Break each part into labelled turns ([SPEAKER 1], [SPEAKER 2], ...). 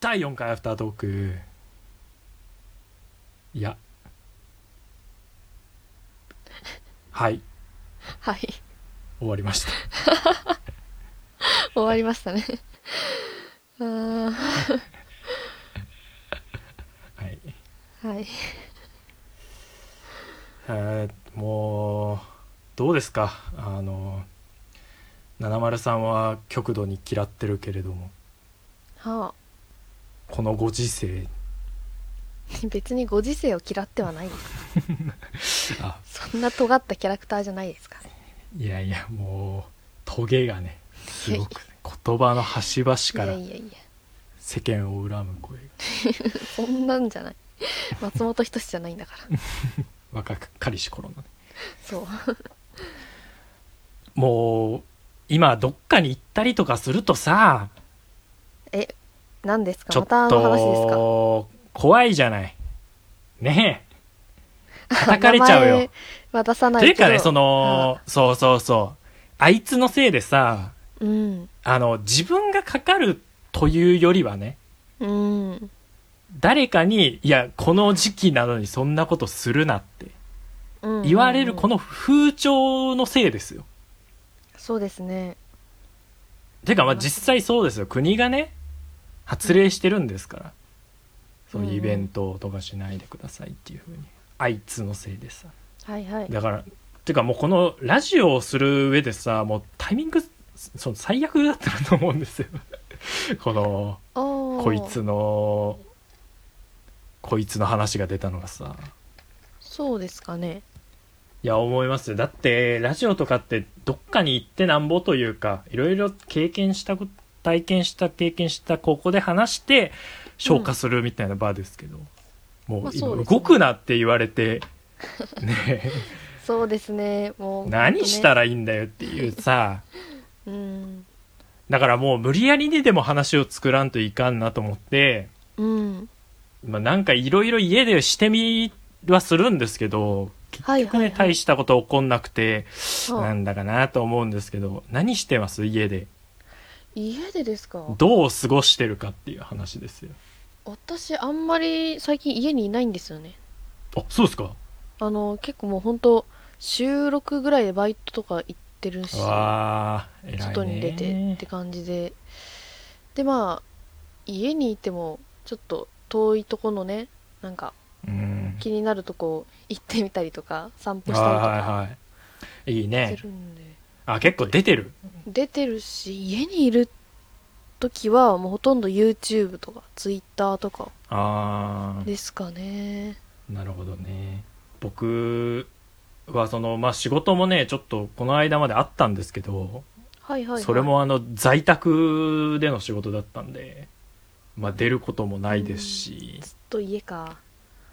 [SPEAKER 1] 第4回アフタートークいやはい
[SPEAKER 2] はい。
[SPEAKER 1] 終わりました
[SPEAKER 2] 終わりましたね。あ
[SPEAKER 1] は
[SPEAKER 2] ー
[SPEAKER 1] い
[SPEAKER 2] はい。
[SPEAKER 1] えーもうどうですかあの70さんは極度に嫌ってるけれども
[SPEAKER 2] はあ。
[SPEAKER 1] このご時世
[SPEAKER 2] 別にご時世を嫌ってはないで
[SPEAKER 1] あ
[SPEAKER 2] す。そんな尖ったキャラクターじゃないですから。
[SPEAKER 1] いやいやもうトゲがねすごくね言葉の端々か
[SPEAKER 2] いや
[SPEAKER 1] ら
[SPEAKER 2] いやいや。
[SPEAKER 1] 世間を恨む声が
[SPEAKER 2] そんなんじゃない。松本人志じゃないんだから。
[SPEAKER 1] 若かりし頃のね
[SPEAKER 2] そう。
[SPEAKER 1] もう今どっかに行ったりとかするとさ
[SPEAKER 2] え、何です
[SPEAKER 1] ち
[SPEAKER 2] か
[SPEAKER 1] ょ
[SPEAKER 2] ま
[SPEAKER 1] った
[SPEAKER 2] あの話ですか
[SPEAKER 1] と怖いじゃないね え叩かれちゃう
[SPEAKER 2] 名
[SPEAKER 1] よ
[SPEAKER 2] 前は出さない
[SPEAKER 1] という
[SPEAKER 2] けど
[SPEAKER 1] かねそのそうそうそうあいつのせいでさ
[SPEAKER 2] あうん
[SPEAKER 1] あの自分がかかるというよりはね
[SPEAKER 2] うん
[SPEAKER 1] 誰かにいやこの時期なのにそんなことするなって
[SPEAKER 2] うん
[SPEAKER 1] 言われるこ
[SPEAKER 2] の
[SPEAKER 1] の風潮のせいですよ。
[SPEAKER 2] そうですね
[SPEAKER 1] てかまあ実際そうですよ国がね発令してるんですから、そういうイベントとかしないでくださいっていうふうにあいつのせいでさ
[SPEAKER 2] はいはい
[SPEAKER 1] だからてかもうこのラジオをする上でさもうタイミングその最悪だったと思うんですよこの
[SPEAKER 2] おー
[SPEAKER 1] こいつのこいつの話が出たのがさ
[SPEAKER 2] そうですかね
[SPEAKER 1] いや思いますよだってラジオとかってどっかに行ってなんぼというかいろいろ経験したこと体験した経験したここで話して消化するみたいな場ですけど、も
[SPEAKER 2] ま
[SPEAKER 1] う
[SPEAKER 2] あそう
[SPEAKER 1] 今
[SPEAKER 2] ですね
[SPEAKER 1] 動くなって言われ て、ねえ
[SPEAKER 2] そうですねもう
[SPEAKER 1] 何した
[SPEAKER 2] ら
[SPEAKER 1] らいいんだよっていうさ
[SPEAKER 2] うん
[SPEAKER 1] だからもう無理やりにでも話を作らんといかんなと思って、
[SPEAKER 2] うん
[SPEAKER 1] まあ、なんかいろいろ家でしてみはするんですけど結
[SPEAKER 2] はい
[SPEAKER 1] 局
[SPEAKER 2] はい、は
[SPEAKER 1] ね
[SPEAKER 2] い、
[SPEAKER 1] 大したこと起こんなくて
[SPEAKER 2] あ
[SPEAKER 1] なんだかなと思うんですけど何してます家で
[SPEAKER 2] 家でですか
[SPEAKER 1] どう過ごしてるかっていう話ですよ
[SPEAKER 2] 私あんまり最近家にいないんですよね
[SPEAKER 1] あそうですか
[SPEAKER 2] あの結構もう本当収録ぐらいでバイトとか行ってるし
[SPEAKER 1] わあ偉いね
[SPEAKER 2] 外に出てって感じででまあ家にいてもちょっと遠いとこのねなんか
[SPEAKER 1] うん
[SPEAKER 2] 気になるとこ行ってみたりとか散歩
[SPEAKER 1] はい
[SPEAKER 2] したりとか
[SPEAKER 1] はいはいいい
[SPEAKER 2] す
[SPEAKER 1] ね
[SPEAKER 2] るんで、
[SPEAKER 1] あ結構出てる
[SPEAKER 2] 出てるし家にいる時はもうほとんど YouTube とか Twitter とか
[SPEAKER 1] あ
[SPEAKER 2] ですかね
[SPEAKER 1] あなるほどね僕はそのまあ仕事もねちょっとこの間まであったんですけど
[SPEAKER 2] はいはい、はい、
[SPEAKER 1] それもあの在宅での仕事だったんでまあ出ることもないですし
[SPEAKER 2] ずっと家か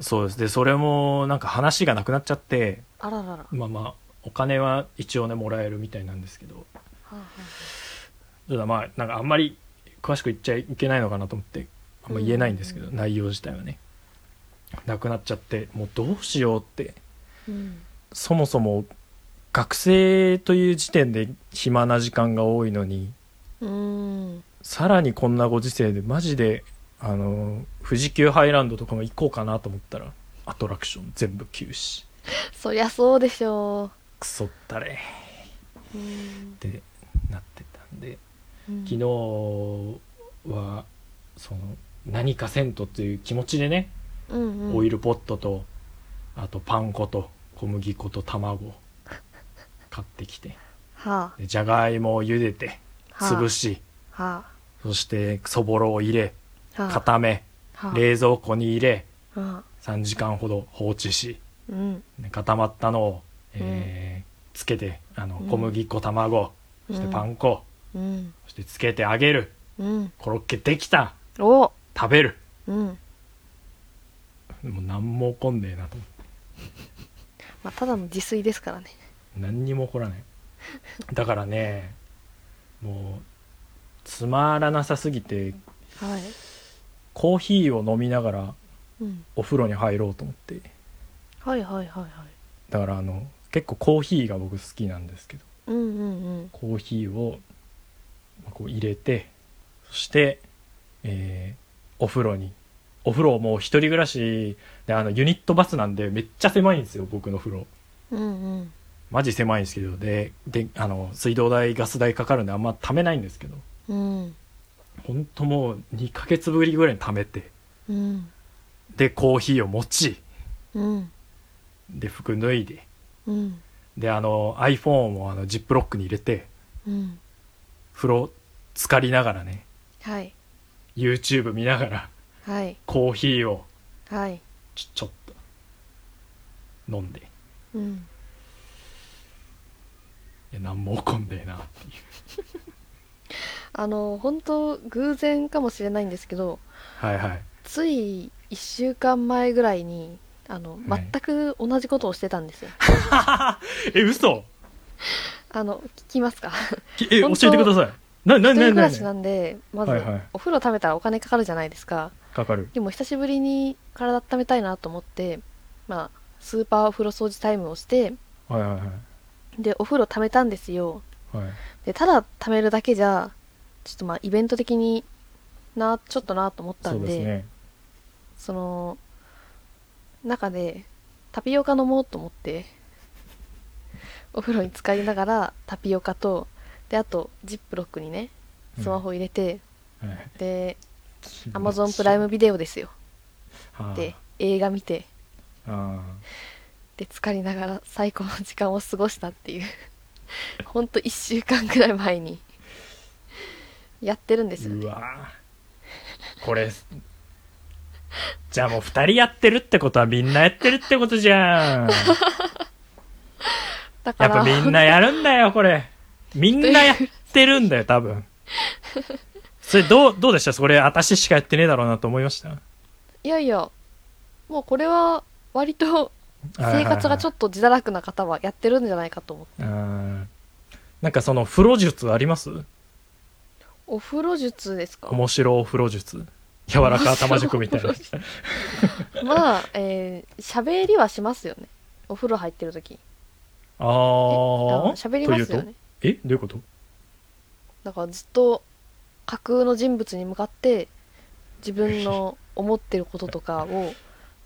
[SPEAKER 1] そうですでそれもなんか話がなくなっちゃって
[SPEAKER 2] あららら、は
[SPEAKER 1] まあまあお金は一応ねもらえるみたいなんですけど
[SPEAKER 2] あは
[SPEAKER 1] ただまあなんかあんまり詳しく言っちゃいけないのかなと思ってあんま言えないんですけど、
[SPEAKER 2] う
[SPEAKER 1] 内容自体はねなくなっちゃってもうどうしようって
[SPEAKER 2] あうん、
[SPEAKER 1] そもそも学生という時点で暇な時間が多いのに
[SPEAKER 2] うーん
[SPEAKER 1] さらにこんなご時世でマジであの富士急ハイランドとかも行こうかなと思ったらアトラクション全部休止
[SPEAKER 2] そりゃそうでしょ
[SPEAKER 1] クソったれ
[SPEAKER 2] う、うん
[SPEAKER 1] ってなってたんで
[SPEAKER 2] うん、
[SPEAKER 1] 昨日はその何かせんとっていう気持ちでね、
[SPEAKER 2] うんうん
[SPEAKER 1] オイルポットとあとパン粉と小麦粉と卵買ってきて
[SPEAKER 2] は
[SPEAKER 1] でじゃがいもを茹でて
[SPEAKER 2] あ、はあ、
[SPEAKER 1] 潰し、
[SPEAKER 2] は
[SPEAKER 1] そしてそぼろを入れ
[SPEAKER 2] あ、はあ、
[SPEAKER 1] 固め
[SPEAKER 2] はあ、
[SPEAKER 1] 冷蔵庫に入れ
[SPEAKER 2] はあ、
[SPEAKER 1] 3時間ほど放置し
[SPEAKER 2] うん、
[SPEAKER 1] で固まったのを、えーつけてあの
[SPEAKER 2] うん
[SPEAKER 1] 小麦粉卵そしてパン粉、
[SPEAKER 2] うん、
[SPEAKER 1] そしてつけて揚げる
[SPEAKER 2] うん、
[SPEAKER 1] コロッケできた
[SPEAKER 2] お、
[SPEAKER 1] 食べる
[SPEAKER 2] うん、
[SPEAKER 1] もう何も起こんねえなと思って
[SPEAKER 2] まあただの自炊ですからね。
[SPEAKER 1] 何にも起こらない だからねもうつまらなさすぎて
[SPEAKER 2] はい、
[SPEAKER 1] コーヒーを飲みながら
[SPEAKER 2] うん、
[SPEAKER 1] お風呂に入ろうと思って
[SPEAKER 2] はいはいはいはい、
[SPEAKER 1] だからあの結構コーヒーが僕好きなんですけど
[SPEAKER 2] うんうんうん、
[SPEAKER 1] コーヒーをこう入れてそして、えーお風呂にお風呂もう一人暮らしであのユニットバスなんでめっちゃ狭いんですよ僕の風呂
[SPEAKER 2] うんうん
[SPEAKER 1] マジ狭いんですけどでであの水道代ガス代かかるんであんま貯めないんですけど
[SPEAKER 2] うん
[SPEAKER 1] ほんともう2ヶ月ぶりぐらいに貯めて
[SPEAKER 2] うん
[SPEAKER 1] でコーヒーを持ち
[SPEAKER 2] うん
[SPEAKER 1] で服脱いで
[SPEAKER 2] うん
[SPEAKER 1] であの iPhone をあのジップロックに入れて
[SPEAKER 2] うん
[SPEAKER 1] 風呂浸かりながらね
[SPEAKER 2] はい
[SPEAKER 1] YouTube 見ながら
[SPEAKER 2] はい
[SPEAKER 1] コーヒーを
[SPEAKER 2] はい
[SPEAKER 1] ちょちょっと飲んでい
[SPEAKER 2] うん
[SPEAKER 1] や何も起こんでえなっていう
[SPEAKER 2] あの本当偶然かもしれないんですけど
[SPEAKER 1] はいはい
[SPEAKER 2] つい1週間前ぐらいにあの
[SPEAKER 1] はい
[SPEAKER 2] 全く同じことをしてたんです よ、
[SPEAKER 1] え嘘
[SPEAKER 2] あの聞 きますか
[SPEAKER 1] きえ教
[SPEAKER 2] 本当
[SPEAKER 1] えてくださいななな
[SPEAKER 2] 一人暮
[SPEAKER 1] な
[SPEAKER 2] らしな
[SPEAKER 1] なん
[SPEAKER 2] でまず
[SPEAKER 1] はいはい
[SPEAKER 2] お風呂貯めたらお金かかるじゃないですか
[SPEAKER 1] かかる
[SPEAKER 2] でも久しぶりに体温めたいなと思ってまあスーパーお風呂掃除タイムをして
[SPEAKER 1] はいはいはい
[SPEAKER 2] でお風呂貯めたんですよ
[SPEAKER 1] はい
[SPEAKER 2] でただ貯めるだけじゃちょっとまあイベント的になちょっとなと思った
[SPEAKER 1] そ
[SPEAKER 2] ん
[SPEAKER 1] う
[SPEAKER 2] で
[SPEAKER 1] ですね
[SPEAKER 2] その中でタピオカ飲もうと思ってお風呂に浸かりながらタピオカとであとジップロックにねスマホ入れて、
[SPEAKER 1] はい
[SPEAKER 2] で Amazon プライムビデオですよ
[SPEAKER 1] はあ
[SPEAKER 2] で映画見て
[SPEAKER 1] あ
[SPEAKER 2] で浸かりながら最高の時間を過ごしたっていう ほんと1週間ぐらい前にやってるんですよ
[SPEAKER 1] ー
[SPEAKER 2] ね
[SPEAKER 1] うわーこれじゃあもう二人やってるってことはみんなやってるってことじゃ ん
[SPEAKER 2] だか
[SPEAKER 1] やっぱ
[SPEAKER 2] ら
[SPEAKER 1] みんなやるんだよ、これ。みんなやってるんだよ、多分。それ、どう、どうでしたそれ、私しかやってねえだろうなと思いました。
[SPEAKER 2] いやいやもうこれは割と生活がちょ
[SPEAKER 1] っ
[SPEAKER 2] っと自堕落な方はやってるんじゃないかと思って
[SPEAKER 1] と。うんなんかその、風呂術あります
[SPEAKER 2] お風呂術ですか
[SPEAKER 1] 面白お風呂術。柔らか頭塾みたいな
[SPEAKER 2] 面。まあえー喋、りはしますよねお風呂入ってる時
[SPEAKER 1] あ
[SPEAKER 2] え
[SPEAKER 1] ー
[SPEAKER 2] あの。喋りますよ
[SPEAKER 1] というと
[SPEAKER 2] ね
[SPEAKER 1] えどういうこと
[SPEAKER 2] だからずっと架空の人物に向かって自分の思ってることとかを、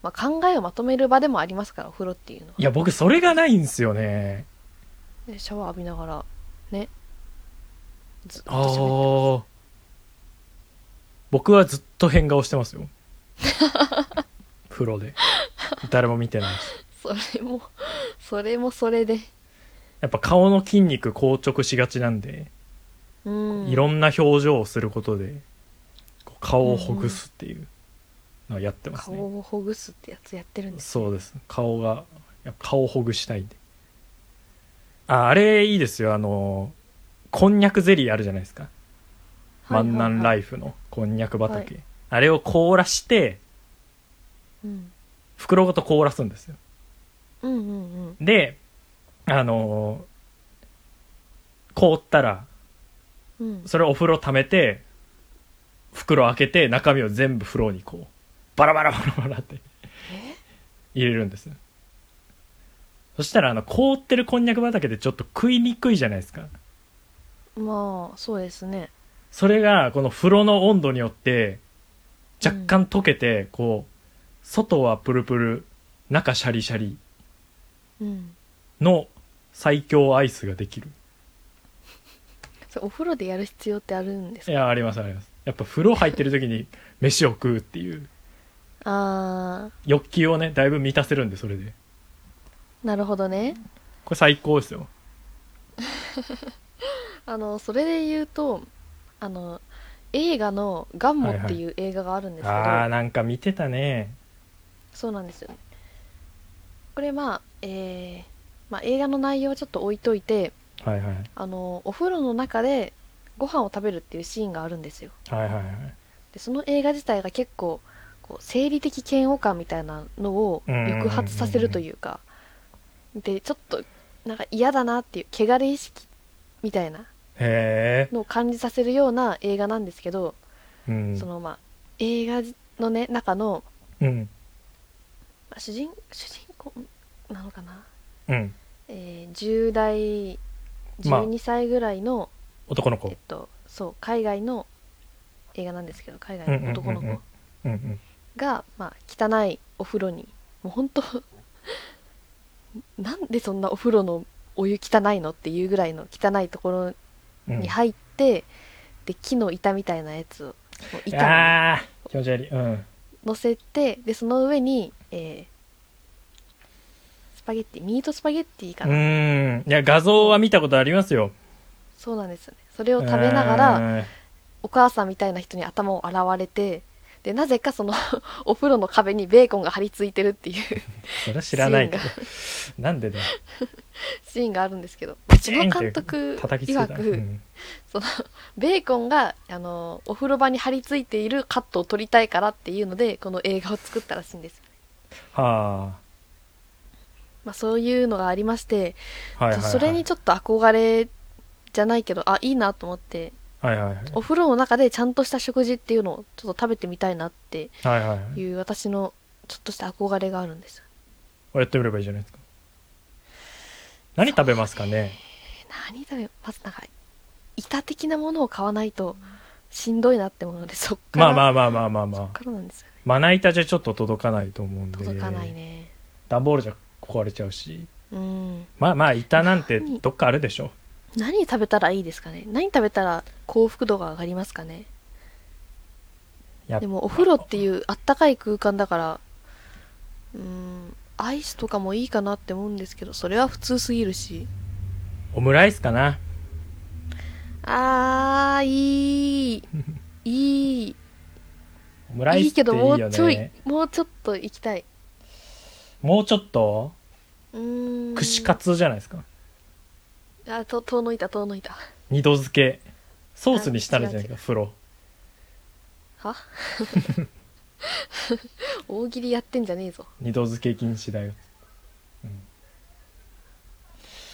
[SPEAKER 2] まあ、考えをまとめる場でもありますからお風呂っていうのはい
[SPEAKER 1] や、僕、それがないんですよね。
[SPEAKER 2] でシャワー浴びながらねずっと
[SPEAKER 1] あ
[SPEAKER 2] 喋っ
[SPEAKER 1] ー。僕はずっと変顔してますよ。風呂で。誰も見てないし。
[SPEAKER 2] てそれもそれもそれで
[SPEAKER 1] やっぱ顔の筋肉硬直しがちなんで、
[SPEAKER 2] うん
[SPEAKER 1] いろんな表情をすることでこう顔をほぐすっていうのをやってますね、
[SPEAKER 2] 顔をほぐすってやつやってるんです
[SPEAKER 1] そうです顔がやっぱ顔をほぐしたいんでああれいいですよあのこんにゃくゼリーあるじゃないですか、
[SPEAKER 2] はいはいはい
[SPEAKER 1] 万南ライフのこんにゃく畑、あれを凍らして
[SPEAKER 2] うん
[SPEAKER 1] 袋ごと凍らすんですよ
[SPEAKER 2] うんうんうん
[SPEAKER 1] であの凍ったら
[SPEAKER 2] うん
[SPEAKER 1] それをお風呂溜めて袋開けて中身を全部風呂にこうバラバラバラバラって
[SPEAKER 2] え
[SPEAKER 1] 入れるんですそしたらあの凍ってるこんにゃく畑でちょっと食いにくいじゃないですか
[SPEAKER 2] まあそうですね
[SPEAKER 1] それがこの風呂の温度によって若干溶けてこう外はプルプル中シャリシャリ
[SPEAKER 2] うん
[SPEAKER 1] の最強アイスができる
[SPEAKER 2] それお風呂でやる必要ってあるんです
[SPEAKER 1] い
[SPEAKER 2] か
[SPEAKER 1] やありますありますやっぱ風呂入ってる時に飯を食うっていう
[SPEAKER 2] あ
[SPEAKER 1] 欲求をねだいぶ満たせるんでそれで
[SPEAKER 2] ーなるほどね
[SPEAKER 1] これ最高ですよ
[SPEAKER 2] あのそれで言うとあの映画の「ガンモ」っていう映画があるんですけど、
[SPEAKER 1] ああなんか見てたね
[SPEAKER 2] そうなんですよねこれまあえーまあ、映画の内容はちょっと置いといて
[SPEAKER 1] はいはい
[SPEAKER 2] あのお風呂の中でご飯を食べるっていうシーンがあるんですよ
[SPEAKER 1] はいはいはい
[SPEAKER 2] でその映画自体が結構こう生理的嫌悪感みたいなのを抑発させるというかでちょっとなんか嫌だなっていう汚れ意識みたいな
[SPEAKER 1] へ
[SPEAKER 2] のを感じさせるような映画なんですけど、
[SPEAKER 1] えうん
[SPEAKER 2] そのまあ映画のね中の
[SPEAKER 1] うん
[SPEAKER 2] まあ主人主人公なのかな、
[SPEAKER 1] うん
[SPEAKER 2] えー10代
[SPEAKER 1] まあ
[SPEAKER 2] 12歳ぐらいの、
[SPEAKER 1] 男の
[SPEAKER 2] えっ
[SPEAKER 1] 子
[SPEAKER 2] とそう海外の映画なんですけど海外の男の子、
[SPEAKER 1] うんうんうんうんうんうん
[SPEAKER 2] が、まあ、汚いお風呂にもう本当 なんでそんなお風呂のお湯汚いのっていうぐらいの汚いところ
[SPEAKER 1] うん
[SPEAKER 2] に入って、で木の板みたいなやつをもう板
[SPEAKER 1] ああ気持ち悪いうん
[SPEAKER 2] に乗せてでその上に、えースパゲッティミートスパゲッティか
[SPEAKER 1] う
[SPEAKER 2] な、
[SPEAKER 1] ーんいや画像は見たことありますよ
[SPEAKER 2] そうなんですよねそれを食べながら、
[SPEAKER 1] うん
[SPEAKER 2] お母さんみたいな人に頭を洗われてでなぜかその お風呂の壁にベーコンが張り付いてるっていう
[SPEAKER 1] それは知らないけどなんでだよ
[SPEAKER 2] シーンがあるんですけど
[SPEAKER 1] パ
[SPEAKER 2] そ
[SPEAKER 1] チ
[SPEAKER 2] の
[SPEAKER 1] ンって
[SPEAKER 2] 監督
[SPEAKER 1] 叩きつけ
[SPEAKER 2] 曰
[SPEAKER 1] た、
[SPEAKER 2] く、
[SPEAKER 1] うん
[SPEAKER 2] そのベーコンがあのお風呂場に張り付いているカットを撮りたいからっていうのでこの映画を作ったらしいんです、
[SPEAKER 1] は
[SPEAKER 2] まあ、そういうのがありまして、
[SPEAKER 1] あはいはい、はい、
[SPEAKER 2] それにちょっと憧れじゃないけどあいいなと思って
[SPEAKER 1] はいはいはい
[SPEAKER 2] お風呂の中でちゃんとした食事っていうのをちょっと食べてみたいなって
[SPEAKER 1] はいはいはい
[SPEAKER 2] いう私のちょっとした憧れがあるんですよ
[SPEAKER 1] やってみればいいじゃないですか何食べますかね
[SPEAKER 2] 何だよまずなんか板的なものを買わないとしんどいなって思うのでそっから
[SPEAKER 1] まあまあまあまあまあま
[SPEAKER 2] そっ
[SPEAKER 1] あ
[SPEAKER 2] からなんですよね
[SPEAKER 1] まな板じゃちょっと届かないと思うんで
[SPEAKER 2] 届かないね、
[SPEAKER 1] 段ボールじゃ壊れちゃうし
[SPEAKER 2] うん
[SPEAKER 1] まあまあ板なんてどっかあるでしょ
[SPEAKER 2] 何食べたらいいですかね何食べたら幸福度が上がりますかね
[SPEAKER 1] やっ
[SPEAKER 2] でもお風呂っていうあったかい空間だからうんアイスとかもいいかなって思うんですけどそれは普通すぎるし
[SPEAKER 1] オムライスかな
[SPEAKER 2] あーい いいい
[SPEAKER 1] オムライ
[SPEAKER 2] い
[SPEAKER 1] ス
[SPEAKER 2] い
[SPEAKER 1] ってい
[SPEAKER 2] け
[SPEAKER 1] いよね
[SPEAKER 2] どもうちょいもうちょっと行きたい
[SPEAKER 1] もうちょっと
[SPEAKER 2] うーん
[SPEAKER 1] 串カツじゃないですか
[SPEAKER 2] あと遠のいた遠のいた
[SPEAKER 1] 二度漬けソースにしたらいいじゃないですか風呂
[SPEAKER 2] は大喜利やってんじゃねえぞ
[SPEAKER 1] 二度漬け禁止だよ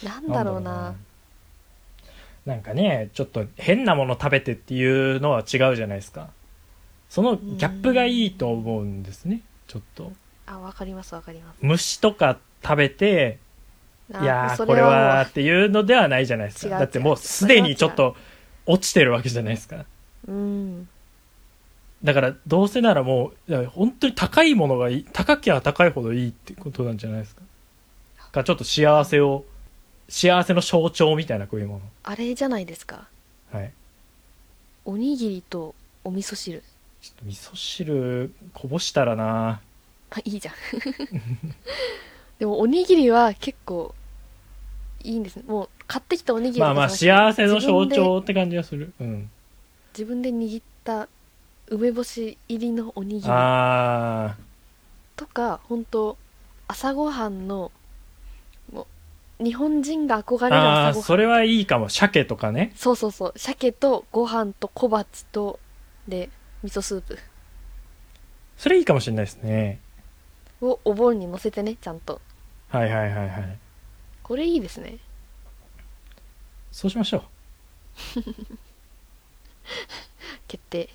[SPEAKER 2] なんだろうな
[SPEAKER 1] なんかねちょっと変なもの食べてっていうのは違うじゃないですかそのギャップがいいと思うんですねちょっと
[SPEAKER 2] あわかりますわかります
[SPEAKER 1] 虫とか食べて
[SPEAKER 2] あ
[SPEAKER 1] いや
[SPEAKER 2] そ
[SPEAKER 1] ーこれ
[SPEAKER 2] もう
[SPEAKER 1] はっていうのではないじゃないです
[SPEAKER 2] 違う違
[SPEAKER 1] か
[SPEAKER 2] う
[SPEAKER 1] だってもうすでにちょっと落ちてるわけじゃないですか
[SPEAKER 2] うん
[SPEAKER 1] だからどうせならもういや本当に高いものがいい高きゃ高いほどいいってことなんじゃないですかかちょっと幸せを幸せの象徴みたいなこういうも
[SPEAKER 2] あれじゃないですか
[SPEAKER 1] のはい
[SPEAKER 2] おにぎりとお味噌汁
[SPEAKER 1] ちょっと味噌汁こぼしたらな
[SPEAKER 2] あい いじゃんでもおにぎりは結構いいんですねもう買ってきたおにぎりと
[SPEAKER 1] ま
[SPEAKER 2] か
[SPEAKER 1] あまあ
[SPEAKER 2] じゃなくて
[SPEAKER 1] 幸せの象徴って感じがするうん
[SPEAKER 2] 自分で握った梅干し入りのおにぎり
[SPEAKER 1] ああ
[SPEAKER 2] とか本当朝ごはんのもう日本人が憧れる
[SPEAKER 1] あ
[SPEAKER 2] 朝
[SPEAKER 1] あ
[SPEAKER 2] ごはん
[SPEAKER 1] それはいいかも鮭とかね
[SPEAKER 2] そうそうそう鮭とご飯と小鉢とで味噌スープ
[SPEAKER 1] それいいかもしれないですね
[SPEAKER 2] をお盆に乗せてねちゃんと
[SPEAKER 1] はいはいはいはい
[SPEAKER 2] これいいですね
[SPEAKER 1] そうしましょう
[SPEAKER 2] 決定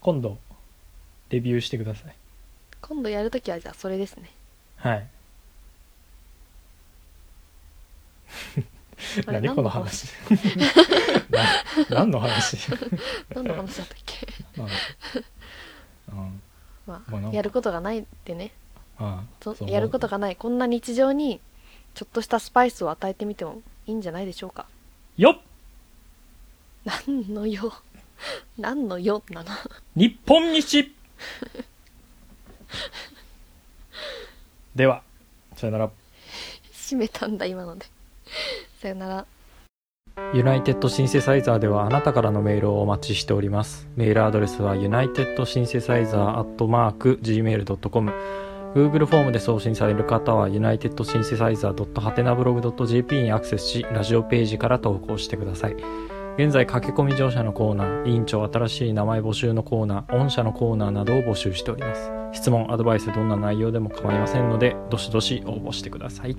[SPEAKER 1] 今度レビューしてください
[SPEAKER 2] 今度やるときはじゃあそれですね
[SPEAKER 1] はい
[SPEAKER 2] あれ
[SPEAKER 1] 何この話 な何の話
[SPEAKER 2] 何の話だったっけ
[SPEAKER 1] まあうん
[SPEAKER 2] ま
[SPEAKER 1] まあなん
[SPEAKER 2] あ
[SPEAKER 1] か
[SPEAKER 2] やることがないってね
[SPEAKER 1] あ
[SPEAKER 2] そ
[SPEAKER 1] あそう
[SPEAKER 2] やること
[SPEAKER 1] が
[SPEAKER 2] がないこんな日常にちょっとしたスパイスを与えてみてもいいんじゃないでしょうか
[SPEAKER 1] よっ
[SPEAKER 2] 何のよ 何のよなの
[SPEAKER 1] 日本西 ではさよなら
[SPEAKER 2] 閉めたんだ今ので さよなら
[SPEAKER 1] ユナイテッドシンセサイザーではあなたからのメールをお待ちしております。メールアドレスは unitedsynthesizer.gmail.com Google フォームで送信される方は unitedsynthesizer.hatenablog.jp にアクセスし、ラジオページから投稿してください。現在、駆け込み乗車のコーナー、委員長新しい名前募集のコーナー、御社のコーナーなどを募集しております。質問、アドバイス、どんな内容でも構いませんので、どしどし応募してください。